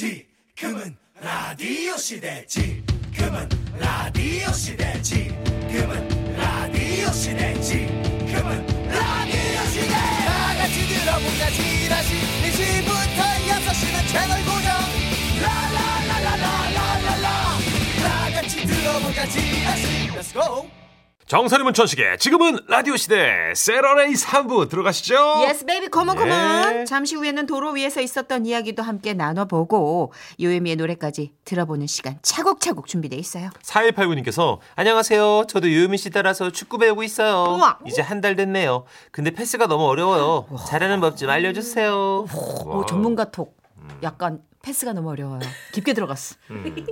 지금은 라디오 시대 지금은 라디오 시대 지금은 라디오 시대 지금은 라디오 시대 다 같이 들어보자 지라시 1시부터 6시는 채널 고정 라라라라라라라라 다 같이 들어보자 지라시 Let's go 정선의 문천식의 지금은 라디오 시대 세러레이 3부 들어가시죠. 예스 베이비 컴온 네. 컴온 잠시 후에는 도로 위에서 있었던 이야기도 함께 나눠보고 요예미의 노래까지 들어보는 시간 차곡차곡 준비돼 있어요 4189님께서 안녕하세요. 저도 유유미 씨 따라서 축구 배우고 있어요. 우와. 이제 한 달 됐네요. 근데 패스가 너무 어려워요. 잘하는 법 좀 알려주세요. 뭐 오, 전문가 톡 음. 약간 패스가 너무 어려워요 깊게 들어갔어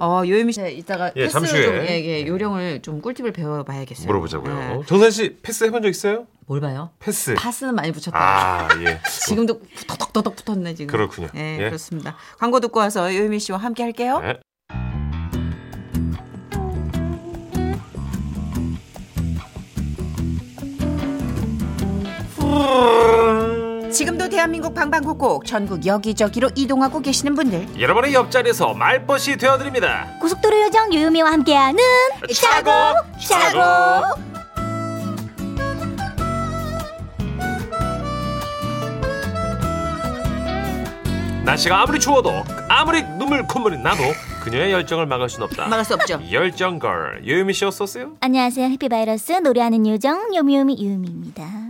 어, 요예미 씨 이따가 예, 패스 잠시 좀 후에. 예, 예, 요령을 좀 꿀팁을 배워봐야겠어요 물어보자고요. 예. 정선 씨 패스 해본 적 있어요? 뭘 봐요? 패스. 파스는 많이 붙였다 아 예. 지금도 터덕터덕 붙었네 지금 그렇군요. 예, 예. 그렇습니다 광고 듣고 와서 요예미 씨와 함께 할게요 네. 음. 지금도 대한민국 방방곡곡 전국 여기저기로 이동하고 계시는 분들 여러분의 옆자리에서 말벗이 되어드립니다. 고속도로 요정 유유미와 함께하는 차고 차고. 날씨가 아무리 추워도 아무리 눈물 콧물이 나도 그녀의 열정을 막을 순 없다. 막을 수 없죠 열정걸 유유미 씨였었어요? 안녕하세요. 해피바이러스 노래하는 요정 요미요미 유미입니다.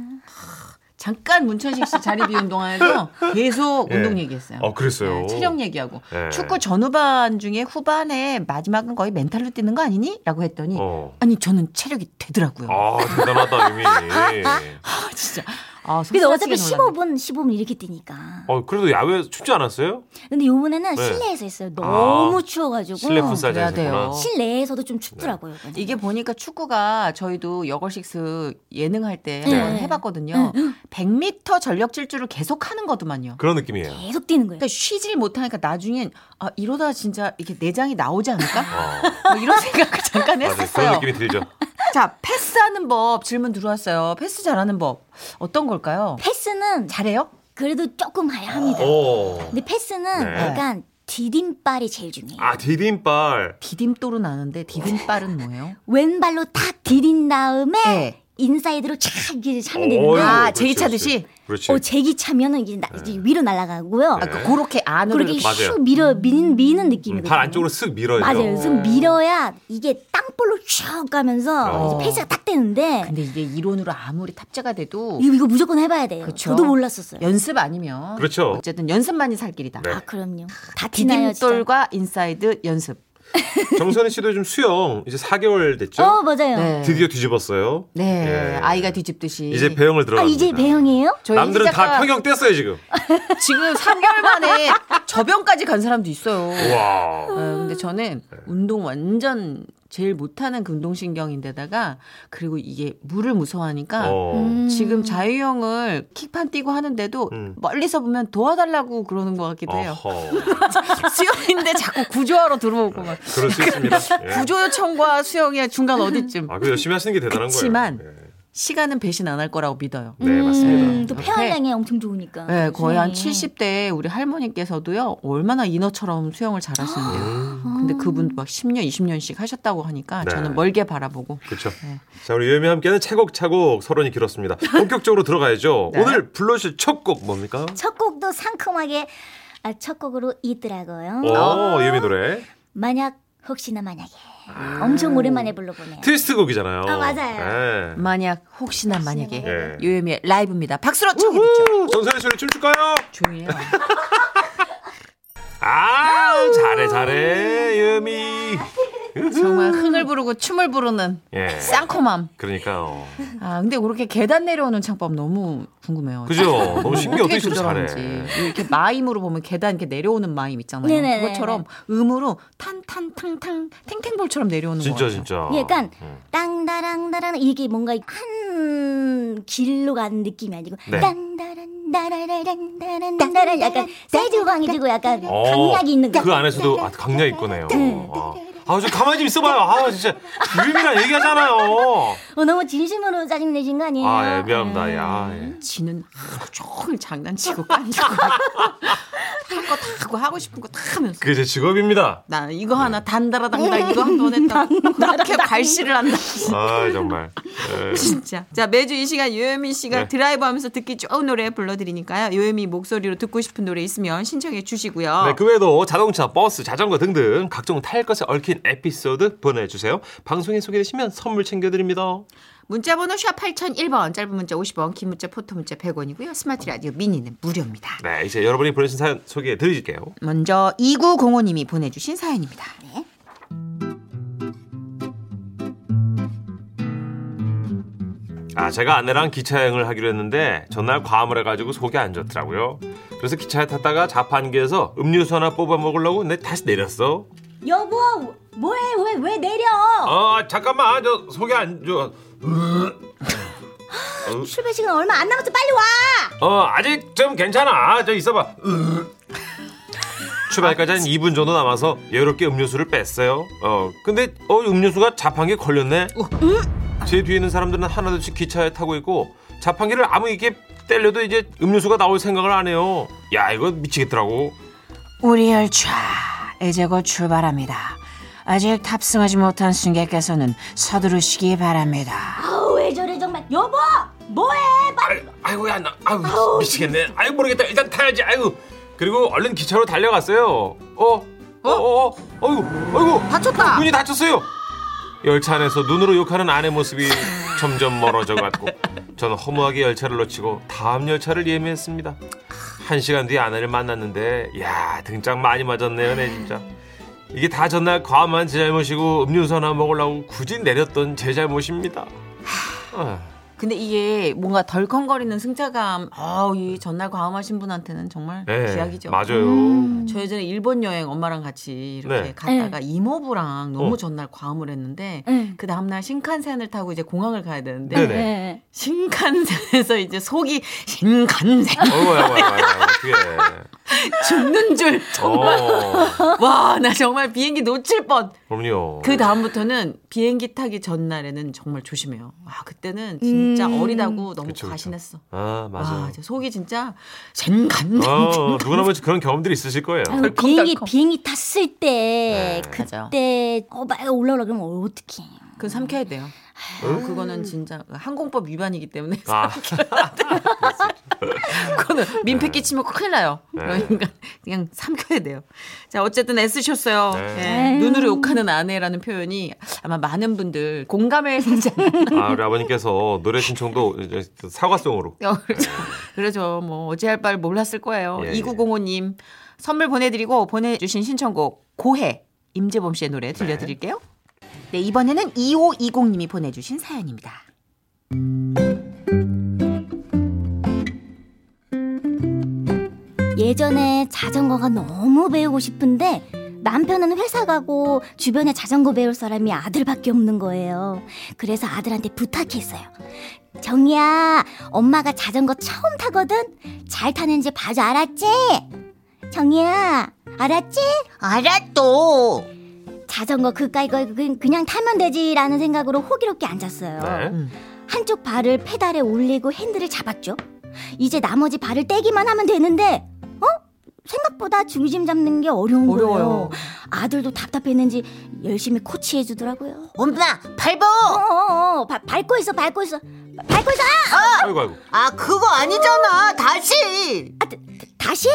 잠깐 문천식 씨 자리 비운 동안에도 계속 예. 운동 얘기했어요. 아 그랬어요. 네, 체력 얘기하고 예. 축구 전후반 중에 후반에 마지막은 거의 멘탈로 뛰는 거 아니니? 라고 했더니 어. 아니 저는 체력이 되더라고요. 아 대단하다 유미. 아, 진짜. 아, 근데 어차피 속쓰라지게 놀랐네. 15분 15분 이렇게 뛰니까. 어 그래도 야외 춥지 않았어요? 근데 요번에는 네. 실내에서 했어요. 너무 추워가지고 실내 네. 풋살장 그래야 돼요. 했구나. 에서도좀 춥더라고요. 그냥. 이게 보니까 축구가 저희도 여걸식스 예능 할 때 네. 한번 해봤거든요. 100m 전력 질주를 계속 하는 거더만요. 그런 느낌이에요. 어, 계속 뛰는 거예요. 그러니까 쉬질 못하니까 나중엔 아 이러다 진짜 이렇게 내장이 나오지 않을까? 어, 뭐 이런 생각을 잠깐 맞아요. 그런 했었어요. 느낌이 들죠. 자, 패스하는 법 질문 들어왔어요. 패스 잘하는 법 어떤 걸까요? 패스는 잘해요? 그래도 조금 해야 음. 합니다. 오. 근데 패스는 어. 네. 약간 디딤발이 제일 중요해요. 아 디딤발. 디딤돌은 아는데 디딤발은 뭐예요? 왼발로 탁 디딘 다음에 네. 인사이드로 착 이렇게 차면 어이구, 되는데 아, 그렇지, 제이 그렇지. 차듯이? 그렇지. 어, 제기 차면은 이제, 나- 네. 이제 위로 날아가고요. 아, 그- 그렇게 안으로 그렇게 이렇게. 맞아요. 슉 밀어 미는 미는 음, 느낌이거든요. 발 안쪽으로 네. 쓱 밀어요. 맞아요. 좀 밀어야 이게 땅볼로 슉 가면서 어. 이제 페이스가 딱 되는데 근데 이게 이론으로 아무리 탑재가 돼도 이거, 이거 무조건 해봐야 돼요. 그쵸. 저도 네. 몰랐었어요. 연습 아니면 그렇죠. 어쨌든 연습만이 살 길이다. 네. 아 그럼요. 다 티나요. 진짜. 디딤돌과 인사이드 연습. 정선희 씨도 좀 수영 이제 4개월 됐죠? 어 맞아요. 네. 드디어 뒤집었어요. 네. 예. 아이가 뒤집듯이 이제 배영을 아 들어갑니다. 이제 배영이에요? 저희 남들은 시작가 다 평영 뗐어요 지금. 지금 3개월 만에 저병까지 간 사람도 있어요. 예. 와. 어, 근데 저는 네. 운동 완전 제일 못하는 그 운동신경인데다가 그리고 이게 물을 무서워하니까 어. 음. 지금 자유형을 킥판 뛰고 하는데도 음. 멀리서 보면 도와달라고 그러는 것 같기도 해요. 어허. 수영인데 자꾸 구조하러 들어오고 막 그럴 수 있습니다. 예. 구조 요청과 수영의 중간 어디쯤 아, 그 열심히 하시는 게 대단한 그치만- 거예요. 예. 시간은 배신 안 할 거라고 믿어요. 네, 맞습니다. 음, 또 폐활량이 엄청 좋으니까. 네, 거의 한 네. 70대 우리 할머니께서도요, 얼마나 인어처럼 수영을 잘하시는데요. 근데 아. 그분도 막 10년, 20년씩 하셨다고 하니까 음. 네. 저는 멀게 바라보고. 그렇죠. 네. 자, 우리 유미 함께는 차곡차곡 서론이 길었습니다. 본격적으로 들어가야죠. 네. 오늘 불러주실 첫 곡 뭡니까? 첫 곡도 상큼하게 아, 첫 곡으로 있더라고요. 오, 어, 유미 네. 노래. 만약 혹시나 만약에 아. 엄청 오랜만에 불러보네요. 트위스트 곡이잖아요. 아, 맞아요. 예. 만약, 혹시나 만약에, 만약에. 요요미의 라이브입니다. 박수로 음, 그렇죠? 청해 듣죠. 전선의 소리 춤출까요? 조용히 해요. 아, 잘해, 잘해, 유미. 정말 흥을 부르고 춤을 부르는 예. 쌍코맘. 그러니까요. 아, 근데 그렇게 계단 내려오는 창법 너무 궁금해요. 그죠? 너무 신기해. 어떻게 이렇게 음. 조절하는지. 잘해. 이렇게 마임으로 보면 계단 이렇게 내려오는 마임 있잖아요. 네네네네. 그것처럼 음으로 탄탄탕탕 탱탱볼처럼 내려오는 거 진짜, 같아요. 진짜. 약간 음. 땅다랑다랑 이게 뭔가 한 길로 가는 느낌이 아니고 네. 땅다란다란다란다란다란 약간 사이즈광이 들고 약간 어, 강약이 있는 거. 그 안에서도 아, 강약이 있거네요. 네. 아, 아, 좀 가만히 좀 있어봐요. 아, 진짜 유미랑 얘기하잖아요. 어, 너무 진심으로 짜증 내신 거 아니에요? 예, 아, 예, 미안합니다. 예, 아, 예. 지는 하루 종일 장난치고 깐지고 한 거 다 하고 하고 싶은 거 다 하면서 그게 제 직업입니다. 나 이거 네. 하나 단다라당다 이거 한 번 했다 그렇게 발시를 한다 아 정말. 에. 진짜 자 매주 이 시간 요요미 씨가 네. 드라이브하면서 듣기 좋은 노래 불러드리니까요 요요미 목소리로 듣고 싶은 노래 있으면 신청해 주시고요 네, 그 외에도 자동차, 버스, 자전거 등등 각종 탈 것에 얽힌 에피소드 보내주세요. 방송에 소개되시면 선물 챙겨드립니다. 문자번호 샵 8001번 짧은 문자 50원 긴 문자 포토 문자 100원이고요 스마트 라디오 미니는 무료입니다 네, 이제 여러분이 보내신 사연 소개해드릴게요. 먼저 2905님이 보내주신 사연입니다. 아, 제가 아내랑 기차 여행을 하기로 했는데 전날 과음을 해가지고 속이 안 좋더라고요. 그래서 기차에 탔다가 자판기에서 음료수 하나 뽑아 먹으려고 내 다시 내렸어. 네. 여보 뭐해 왜 왜 내려 아, 잠깐만, 저 속이 안 좋아. 출발 시간 얼마 안 남았어 빨리 와 어, 아직 좀 괜찮아. 저 있어봐. 출발까지 한 2분 정도 남아서 여유롭게 음료수를 뺐어요. 어, 근데 어 음료수가 자판기에 걸렸네. 제 뒤에 있는 사람들은 하나둘씩 기차에 타고 있고 자판기를 아무 이게 때려도 이제 음료수가 나올 생각을 안 해요. 야, 이거 미치겠더라고. 우리 열차 이제 곧 출발합니다. 아직 탑승하지 못한 승객께서는 서두르시기 바랍니다. 아우 왜 저래 정말 여보 뭐해 빨리 아이고야, 나, 아유 미치겠네. 아유 모르겠다. 일단 타야지. 아유. 그리고 얼른 기차로 달려갔어요. 어, 어, 어, 어, 어이구, 어이구. 다쳤다. 문이 닫혔어요. 열차 안에서 눈으로 욕하는 아내 모습이 점점 멀어져 갔고 저는 허무하게 열차를 놓치고 다음 열차를 예매했습니다. 한 시간 뒤에 아내를 만났는데 야 등짝 많이 맞았네요 내 진짜. 이게 다 전날 과음한 제 잘못이고 음료수 하나 먹으려고 굳이 내렸던 제 잘못입니다. 아, 근데 이게 뭔가 덜컹거리는 승차감, 아우, 이 전날 과음하신 분한테는 정말 네, 기약이죠. 음. 맞아요. 저 예전에 일본 여행 엄마랑 같이 이렇게 네. 갔다가 이모부랑 너무 어. 전날 과음을 했는데 네. 그 다음날 신칸센을 타고 이제 공항을 가야 되는데 네네. 네. 신칸센에서 이제 속이 신칸센 어이구, 어이구, 어이구, 어이구, 죽는 줄. 어떻게? 어, 와, 나 정말 비행기 놓칠 뻔. 그럼요. 그 다음부터는 비행기 타기 전날에는 정말 조심해요. 아 그때는 진짜 음. 어리다고 그쵸, 너무 그쵸. 과신했어. 아 아, 맞아. 저 속이 진짜 젠간. 아, 어, 누구나 뭐 그런 경험들이 있으실 거예요. 아유, 비행기 비행기 탔을 때 맞아요. 네. 그때 어 빨리 올라오라 그러면 어떡해 그건 삼켜야 돼요. 그거는 진짜 항공법 위반이기 때문에 아, 그거는 민폐 끼치면 큰일 나요. 네. 그러니까 그냥 삼켜야 돼요. 자 어쨌든 애쓰셨어요. 네. 예, 눈으로 욕하는 아내라는 표현이 아마 많은 분들 공감을 사지 않나. 아, 우리 아버님께서 노래 신청도 이제 사과송으로. 그렇죠. 그래서 뭐 어찌할 바를 몰랐을 거예요. 예, 예. 2905님 선물 보내드리고 보내주신 신청곡 고해 임재범 씨의 노래 들려드릴게요. 네 이번에는 2520님이 보내주신 사연입니다. 예전에 자전거가 너무 배우고 싶은데 남편은 회사 가고 주변에 자전거 배울 사람이 아들밖에 없는 거예요. 그래서 아들한테 부탁했어요. 정이야, 엄마가 자전거 처음 타거든? 잘 타는지 봐줘, 알았지? 정이야, 알았지? 알았어. 자전거 그까이 거 그- 그냥 타면 되지라는 생각으로 호기롭게 앉았어요. 네. 한쪽 발을 페달에 올리고 핸들을 잡았죠. 이제 나머지 발을 떼기만 하면 되는데, 어? 생각보다 중심 잡는 게 어려운 어려워요. 거예요. 아들도 답답했는지 열심히 코치해 주더라고요. 엄마 발보 어, 어, 어, 바- 밟고 있어, 밟고 있어, 밟고 있어. 아! 아이고 아이고. 아 그거 아니잖아 다시 다시.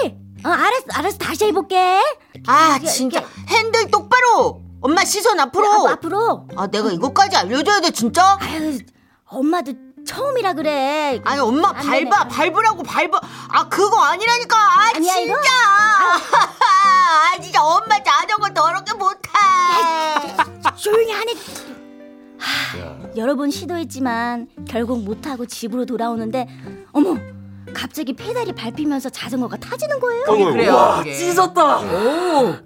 어, 알았어, 알았어, 다시 해볼게. 아 진짜 핸들 똑바로 엄마 시선 아, 앞으로 앞으로. 아 내가 이것까지 알려줘야 돼 진짜 아유, 엄마도 처음이라 그래. 아니 엄마 안 되네. 밟아 밟으라고 밟아 아 그거 아니라니까 아 아니야, 이거? 진짜 아 진짜 엄마 자전거 더럽게 못해 조용히 안 해. 하, 여러 번 시도했지만 결국 못하고 집으로 돌아오는데 어머 갑자기 페달이 밟히면서 자전거가 타지는 거예요. 아이고, 아이고. 그래요. 찢었다.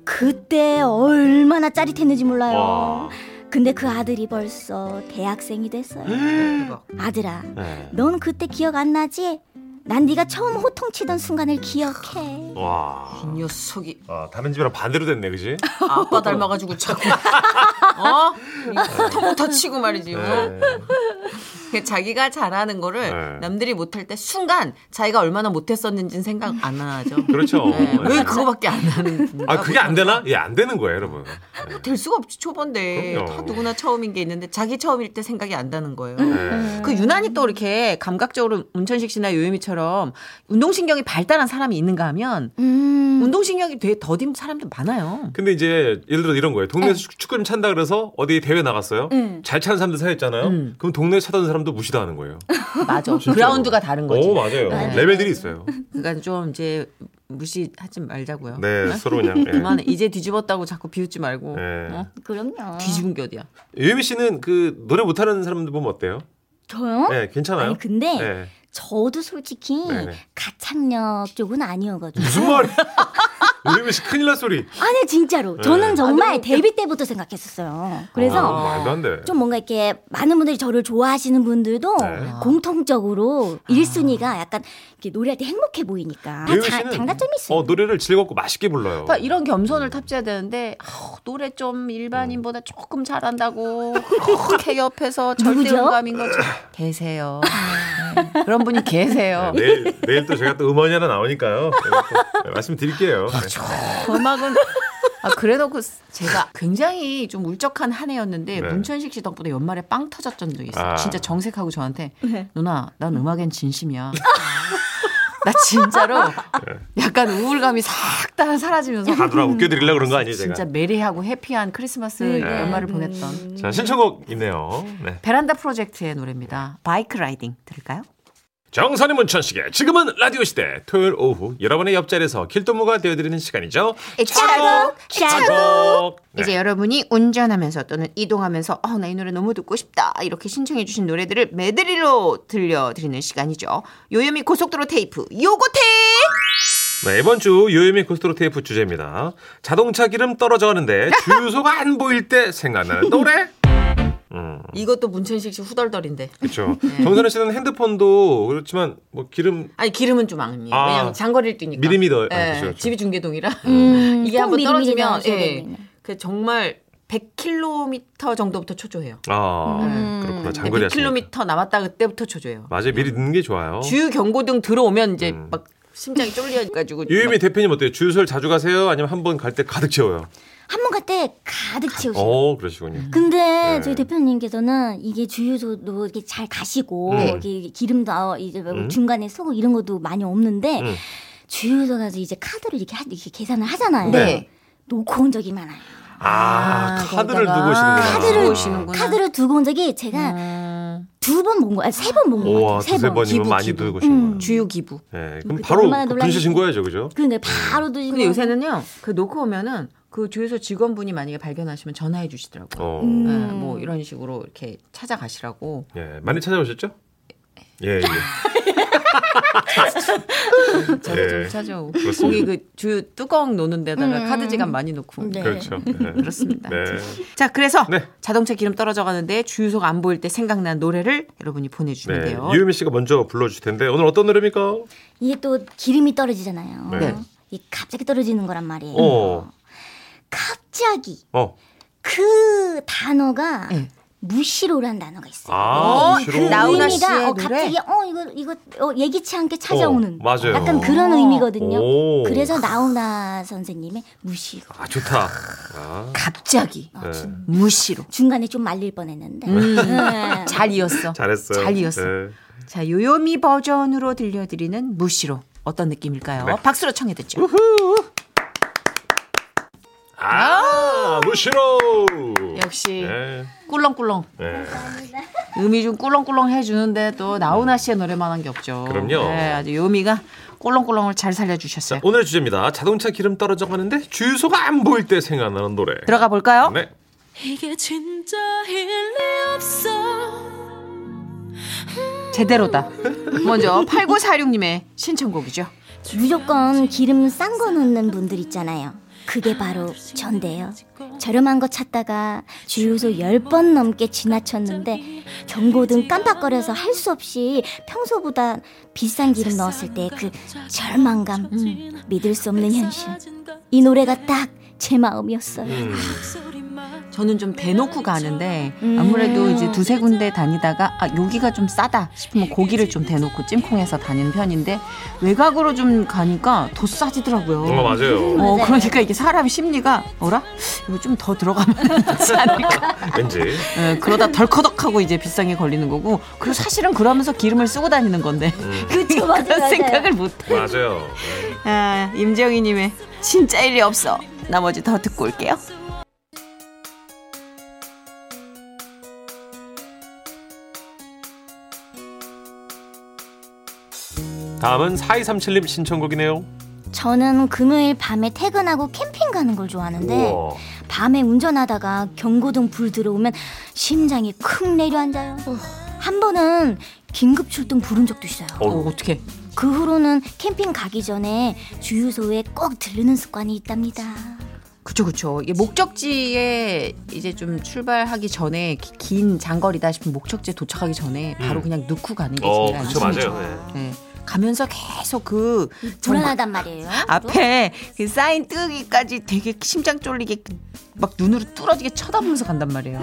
그때 얼마나 짜릿했는지 몰라요. 와. 근데 그 아들이 벌써 대학생이 됐어요. 아들아, 네. 넌 그때 기억 안 나지? 난 네가 처음 호통치던 순간을 기억해. 와. 이 녀석이 아, 다른 집이랑 반대로 됐네, 그지? 아빠 닮아가지고 자꾸 어? 이 터벅 터치고 말이지. 어? 네. 그 자기가 잘하는 거를 네. 남들이 못할 때 순간 자기가 얼마나 못했었는지는 생각 안 하죠. 그렇죠. 음. 네, 왜 그거밖에 안 하는 분가 아 그게 안 되나? 예, 안 되는 거예요, 여러분. 예. 될 수가 없지 초반데 그럼요. 다 누구나 처음인 게 있는데 자기 처음일 때 생각이 안 나는 거예요. 예. 그 유난히 또 이렇게 감각적으로 문천식 씨나 요요미처럼 운동신경이 발달한 사람이 있는가 하면 음. 운동신경이 되게 더딘 사람도 많아요. 근데 이제 예를 들어 이런 거예요. 동네에서 축구를 찬다 그래서 어디 대회 나갔어요. 잘 차는 사람들 사였잖아요. 그럼 동네 차던 사람도 무시당하는 거예요. 맞아. 진짜로. 그라운드가 다른 거지. 오 맞아요. 레벨들이 있어요. 그러니까 좀 이제 무시하지 말자고요. 네 서로 그냥. 예. 그만해. 이제 뒤집었다고 자꾸 비웃지 말고. 예. 어? 그럼요. 뒤집은 게 어디야. 유미 씨는 그 노래 못하는 사람들 보면 어때요? 저요? 예, 괜찮아요. 아니 근데 예. 저도 솔직히 네네. 가창력 쪽은 아니어가지고. 무슨 말이? 유미 씨 큰일 날 소리. 아니 진짜로 저는 아, 정말 데뷔 때부터 생각했었어요. 그래서 네. 아, 말도 안 돼. 좀 뭔가 이렇게 많은 분들이 저를 좋아하시는 분들도 네. 아. 공통적으로 일 1순위가 약간 이렇게 노래할 때 행복해 보이니까 다 유미 자- 씨는 장단점이 있어요. 그 어, 노래를 즐겁고 맛있게 불러요. 네, 그러니까 이런 겸손을 탑재해야 되는데 아우, 노래 좀 일반인보다 조금 잘한다고 그렇게 옆에서 절대 누구죠? 영감인 것처럼 계세요. 네. 그런 분이 어. 계세요. 네, 내일 내일 또 제가 또 음원이 하나 나오니까요. 네, 또 말씀드릴게요. 아, 그 음악은 아 그래놓고 제가 굉장히 좀 울적한 한 해였는데 네. 문천식 씨 덕분에 연말에 빵 터졌던 적이 있어요. 아. 진짜 정색하고 저한테 네. 누나 난 음악엔 진심이야. 나 진짜로 약간 우울감이 싹 다 사라지면서 네. 음, 다들아 웃겨드리려 그런 거 아니에요, 제가? 네. 진짜 메리하고 해피한 크리스마스 네. 연말을 음. 보냈던 자, 신청곡 있네요. 네. 베란다 프로젝트의 노래입니다. 바이크 라이딩 들을까요? 음. 정선이 문천식의 지금은 라디오 시대 토요일 오후 여러분의 옆자리에서 길동무가 되어드리는 시간이죠. 짜곡, 짜곡. 네. 이제 여러분이 운전하면서 또는 이동하면서 어, 나 이 노래 너무 듣고 싶다 이렇게 신청해 주신 노래들을 메들리로 들려드리는 시간이죠. 요요미 고속도로 테이프 요고테 네, 이번 주 요요미 고스트로 테이프 주제입니다. 자동차 기름 떨어져 가는데 주유소가 안 보일 때 생각나는 노래. 이것도 문천식 씨 후덜덜인데. 그렇죠. 정선혜 씨는 핸드폰도 그렇지만 뭐 기름 아니 기름은 좀 아니에요. 아. 왜냐면 장거리를 뛰니까. 그러니까. 미리미리 넣어요. 아, 예, 그렇죠, 그렇죠. 집이 중계동이라 음, 이게 꼭 한번 미리미리 떨어지면 넣으셔야 예. 되겠네. 그 정말 100km 정도부터 초조해요. 아 그렇구나 장거리 하시니까. 100km 남았다 그때부터 초조해요. 맞아요. 미리 넣는 게 좋아요. 주유 경고등 들어오면 이제 막 심장이 쫄려가지고 음. 유유미 대표님 어때요? 주유소를 자주 가세요? 아니면 한 번 갈 때 가득 채워요? 한 번 갈 때 가득 채우시고 어 그러시군요. 근데 네. 저희 대표님께서는 이게 주유소도 이렇게 잘 가시고 음. 이렇게 기름도 아, 이제 뭐 중간에 쓰고 이런 것도 많이 없는데 음. 주유소 가서 이제 카드를 이렇게, 하- 이렇게 계산을 하잖아요. 네. 놓고 온 적이 많아요. 아, 카드를 거기다가 두고 오시는구나. 카드를 오시는구나. 음. 카드를 두고 온 적이 제가 두 번 본 거예요. 세 번 본 거예요. 우와 아, 두세 번이면 많이 두고 오시는구나. 주유 기부. 예, 그럼 그때 바로 얼마나 분실 놀랐는지. 신고해야죠, 그죠? 근데 그러니까 바로 두신 근데 거예요. 요새는요 그 놓고 오면은 그 주유소 직원분이 만약에 발견하시면 전화해 주시더라고요. 어, 음. 예, 음. 뭐 이런 식으로 이렇게 찾아가시라고 예, 많이 찾아오셨죠? 예, 예. 제가 예. 좀 찾아오고 그렇습니다. 거기 그 주유 뚜껑 놓는 데다가 카드 지갑 많이 놓고 음. 네. 그렇죠. 예. 그렇습니다. 네. 자 그래서 네. 자동차 기름 떨어져 가는데 주유소가 안 보일 때 생각난 노래를 여러분이 보내주시면 네. 돼요. 유유미 씨가 먼저 불러주실 텐데 오늘 어떤 노래입니까? 이게 또 기름이 떨어지잖아요. 네. 이 갑자기 떨어지는 거란 말이에요. 어, 갑자기 어, 그 단어가 네. 무시로란 단어가 있어요. 아, 어, 싫어. 그 나훈아 씨. 씨의 의미가 어, 노래? 갑자기 어 이거 이거 어, 예기치 않게 찾아오는 어, 맞아요. 약간 그런 의미거든요. 오. 그래서 나훈아 선생님의 무시로 아 좋다. 아, 갑자기 네. 무시로 중간에 좀 말릴 뻔했는데 음. 네. 잘 이었어. 잘했어요. 잘 이었어. 네. 자 요요미 버전으로 들려드리는 무시로 어떤 느낌일까요? 네. 박수로 청해 듣죠. 아, 무시로. 역시 예. 꿀렁꿀렁 예. 음이 좀 꿀렁꿀렁 해주는데 또 나훈아 씨의 노래만한 게 없죠. 그럼요. 네, 아주 요미가 꿀렁꿀렁을 잘 자, 살려주셨어요. 오늘의 주제입니다. 자동차 기름 떨어져 가는데 주유소가 안 보일 때 생각나는 노래. 들어가 볼까요? 네. 이게 진짜 일리 없어 네. 제대로다. 먼저 8946님의 신청곡이죠. 무조건 기름 싼 거 넣는 분들 있잖아요. 그게 바로 전데요. 저렴한 거 찾다가 주유소 10번 넘게 지나쳤는데 경고등 깜빡거려서 할 수 없이 평소보다 비싼 기름 넣었을 때 그 절망감, 음, 음. 믿을 수 없는 현실. 이 노래가 딱 제 마음이었어요. 저는 좀 대놓고 가는데 그렇죠. 음. 아무래도 이제 두세 군데 다니다가 아 여기가 좀 싸다 싶으면 고기를 좀 대놓고 찜콩해서 다니는 편인데 외곽으로 좀 가니까 더 싸지더라고요. 어, 맞아요. 어, 그러니까 이게 사람 심리가 어라 이거 좀 더 들어가면 좋지 않을까 왠지. 예, 그러다 덜커덕하고 이제 비싼 게 걸리는 거고 그리고 사실은 그러면서 기름을 쓰고 다니는 건데 그쵸, 맞아요. 그런 맞아요. 생각을 못 맞아요. 아, 임재영이님의 진짜 일리 없어. 나머지 더 듣고 올게요. 다음은 4237님 신청곡이네요. 저는 금요일 밤에 퇴근하고 캠핑 가는 걸 좋아하는데 네. 우와. 어, 밤에 운전하다가 경고등 불 들어오면 심장이 쿵 내려앉아요. 한 번은 긴급 출동 부른 적도 있어요. 어, 어, 어떻게? 그 후로는 캠핑 가기 전에 주유소에 꼭 들르는 습관이 있답니다. 그쵸 그쵸. 이게 목적지에 이제 좀 출발하기 전에 기- 긴 장거리다 싶으면 목적지에 도착하기 전에 바로 음. 그냥 넣고 가는 게 어, 제일 그쵸, 안심이죠. 맞아요. 네. 예. 가면서 계속 그 불안하단 말이에요. 앞에 그 사인 뜨기까지 되게 심장 쫄리게 막 눈으로 뚫어지게 쳐다보면서 간단 말이에요.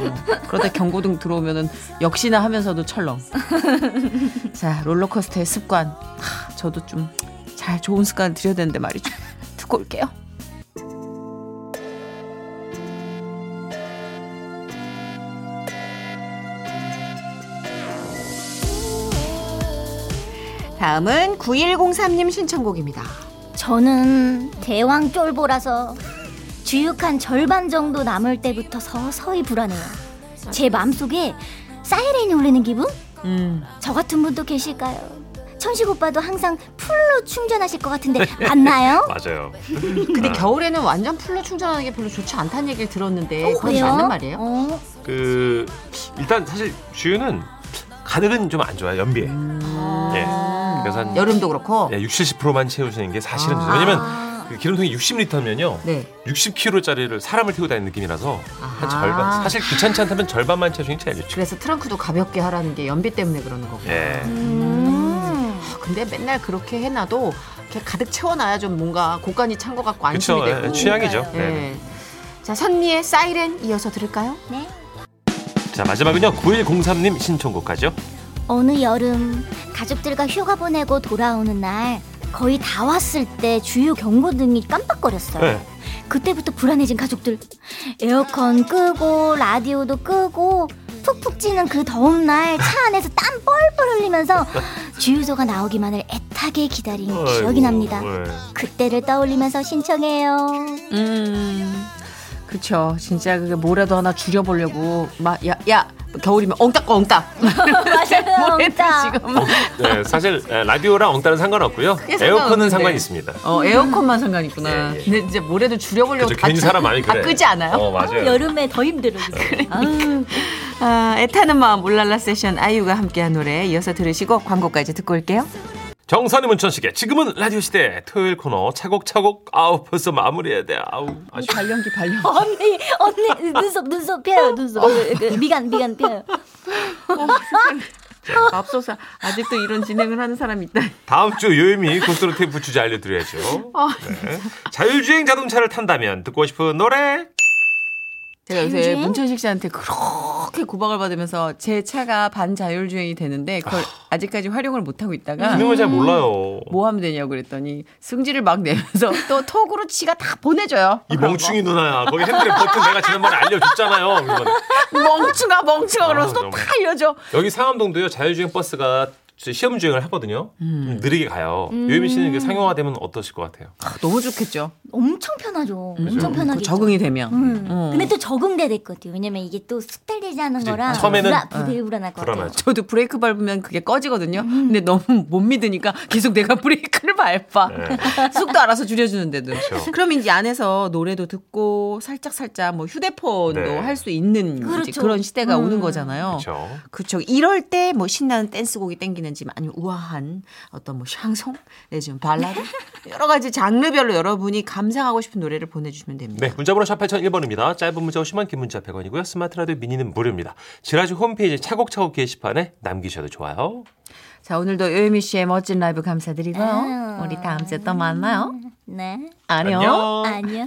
그러다 경고등 들어오면은 역시나 하면서도 철렁. 자 롤러코스터의 습관. 하, 저도 좀 잘 좋은 습관 들여야 되는데 말이죠. 듣고 올게요. 다음은 9103님 신청곡입니다. 저는 대왕 쫄보라서 주육한 절반 정도 남을 때부터 서서히 불안해요. 제 마음속에 사이렌이 울리는 기분? 음. 저 같은 분도 계실까요? 천식 오빠도 항상 풀로 충전하실 것 같은데 맞나요? 맞아요. 근데 겨울에는 완전 풀로 충전하는 게 별로 좋지 않다는 얘기를 들었는데 어, 그건 왜요? 맞는 말이에요? 어, 그 일단 사실 주유는 가득은 좀 안 좋아요. 연비에. 음. 예. 그래서 한 여름도 그렇고. 예, 60, 70%만 채우시는 게 사실은 좋아요. 왜냐면 그 기름통이 60리터면요. 네. 60kg짜리를 사람을 태고 다니는 느낌이라서 한 아하. 절반. 사실 귀찮지 않다면 절반만 채우시는 게 제일 좋죠. 그래서 트렁크도 가볍게 하라는 게 연비 때문에 그러는 거고. 예. 음. 아, 근데 맨날 그렇게 해놔도 이렇게 가득 채워놔야 좀 뭔가 고간이 찬 것 같고 안심이 그렇죠. 되고. 취향이죠. 예. 네. 자 선미의 사이렌 이어서 들을까요? 자, 마지막은요. 9103님 신청곡까지요. 어느 여름 가족들과 휴가 보내고 돌아오는 날 거의 다 왔을 때 주유 경고등이 깜빡거렸어요. 네. 그때부터 불안해진 가족들 에어컨 끄고 라디오도 끄고 푹푹 찌는 그 더운 날 차 안에서 땀 뻘뻘 흘리면서 주유소가 나오기만을 애타게 기다린 기억이 아이고, 납니다. 예. 그때를 떠올리면서 신청해요. 음, 그쵸. 진짜 그게 뭐라도 하나 줄여보려고 막, 야, 야! 겨울이면 엉따꺼 엉따. 맞아요, 뭐래도 진짜. 지금 막. 네, 사실 예, 라디오랑 엉따는 상관없고요. 에어컨은 상관없는데. 상관이 있습니다. 어, 에어컨만 상관 있구나. 예, 예. 근데 이제 뭐래도 줄여보려고 그죠, 괜히 사람 많이 그래. 다 끄지 않아요? 어, 맞아요. 여름에 더 힘들어. 아, 애타는 마음 올랄라 세션 아이유가 함께한 노래 이어서 들으시고 광고까지 듣고 올게요. 정선의 문천식의 지금은 라디오 시대 토요일 코너 차곡차곡 아우 벌써 마무리해야 돼 아우 아쉽다 발령기 발령. 언니, 언니 눈썹 눈썹 펴요 어. 눈썹. 그, 그, 미간 미간 펴요. 맙소사 아직도 이런 진행을 하는 사람이 있다. 다음 주 요요미 고스로 테이프 주제 알려드려야죠 네. 자율주행 자동차를 탄다면 듣고 싶은 노래 제가 요새 자율주행? 문천식 씨한테 그렇게 구박을 받으면서 제그 차가 반자율주행이 되는데 그걸 아직까지 음. 활용을 못하고 있다가 기능을 잘 몰라요 뭐 하면 되냐고 그랬더니 승질을 막 내면서 또 톡으로 지가 다 보내줘요. 이 멍충이 누나야 거기 핸들에 버튼 내가 지난번에 알려줬잖아요 그러면 멍충아 멍충아 그러면서 아, 또다 알려줘. 여기 상암동도요 자율주행 버스가 시험 주행을 하거든요 좀 느리게 가요 요요미 씨는 이게 상용화되면 어떠실 것 음. 같아요 아, 너무 좋겠죠. 엄청 편하죠. 엄청 그 편하게. 적응이 되면. 음. 근데 또 적응돼야될것같아요 왜냐면 이게 또 숙달되지 않은 거라 처음에는 불안, 되게 불안할 것 같아요. 불안하죠 저도 브레이크 밟으면 그게 꺼지거든요. 근데 너무 못 믿으니까 계속 내가 브레이크를 밟아. 속도 알아서 줄여주는데도. 네. 그렇죠. 그럼 이제 안에서 노래도 듣고 살짝살짝 뭐 휴대폰도 네. 할 수 있는 그 그렇죠. 런 시대가 오는 거잖아요. 그렇죠 그렇죠. 이럴 때 뭐 신나는 댄스곡이 땡기는지 아니면 우아한 어떤 뭐 샹송 내지는 발라드 네. 여러 가지 장르별로 여러분이 감상하고 싶은 노래를 보내주시면 됩니다. 네, 문자번호 샵 8001번입니다. 짧은 문자 50원, 긴 문자 100원이고요. 스마트 라디오 미니는 무료입니다. 지라시 홈페이지 차곡차곡 게시판에 남기셔도 좋아요. 자, 오늘도 요요미 씨의 멋진 라이브 감사드리고요. 아. 우리 다음 주에 또 만나요. 네. 아니요. 어. 아니요.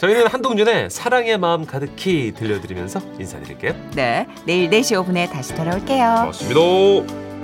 저희는 한동준의 사랑의 마음 가득히 들려드리면서 인사드릴게요. 네, 내일 4시 5분에 네 다시 돌아올게요. 고맙습니다.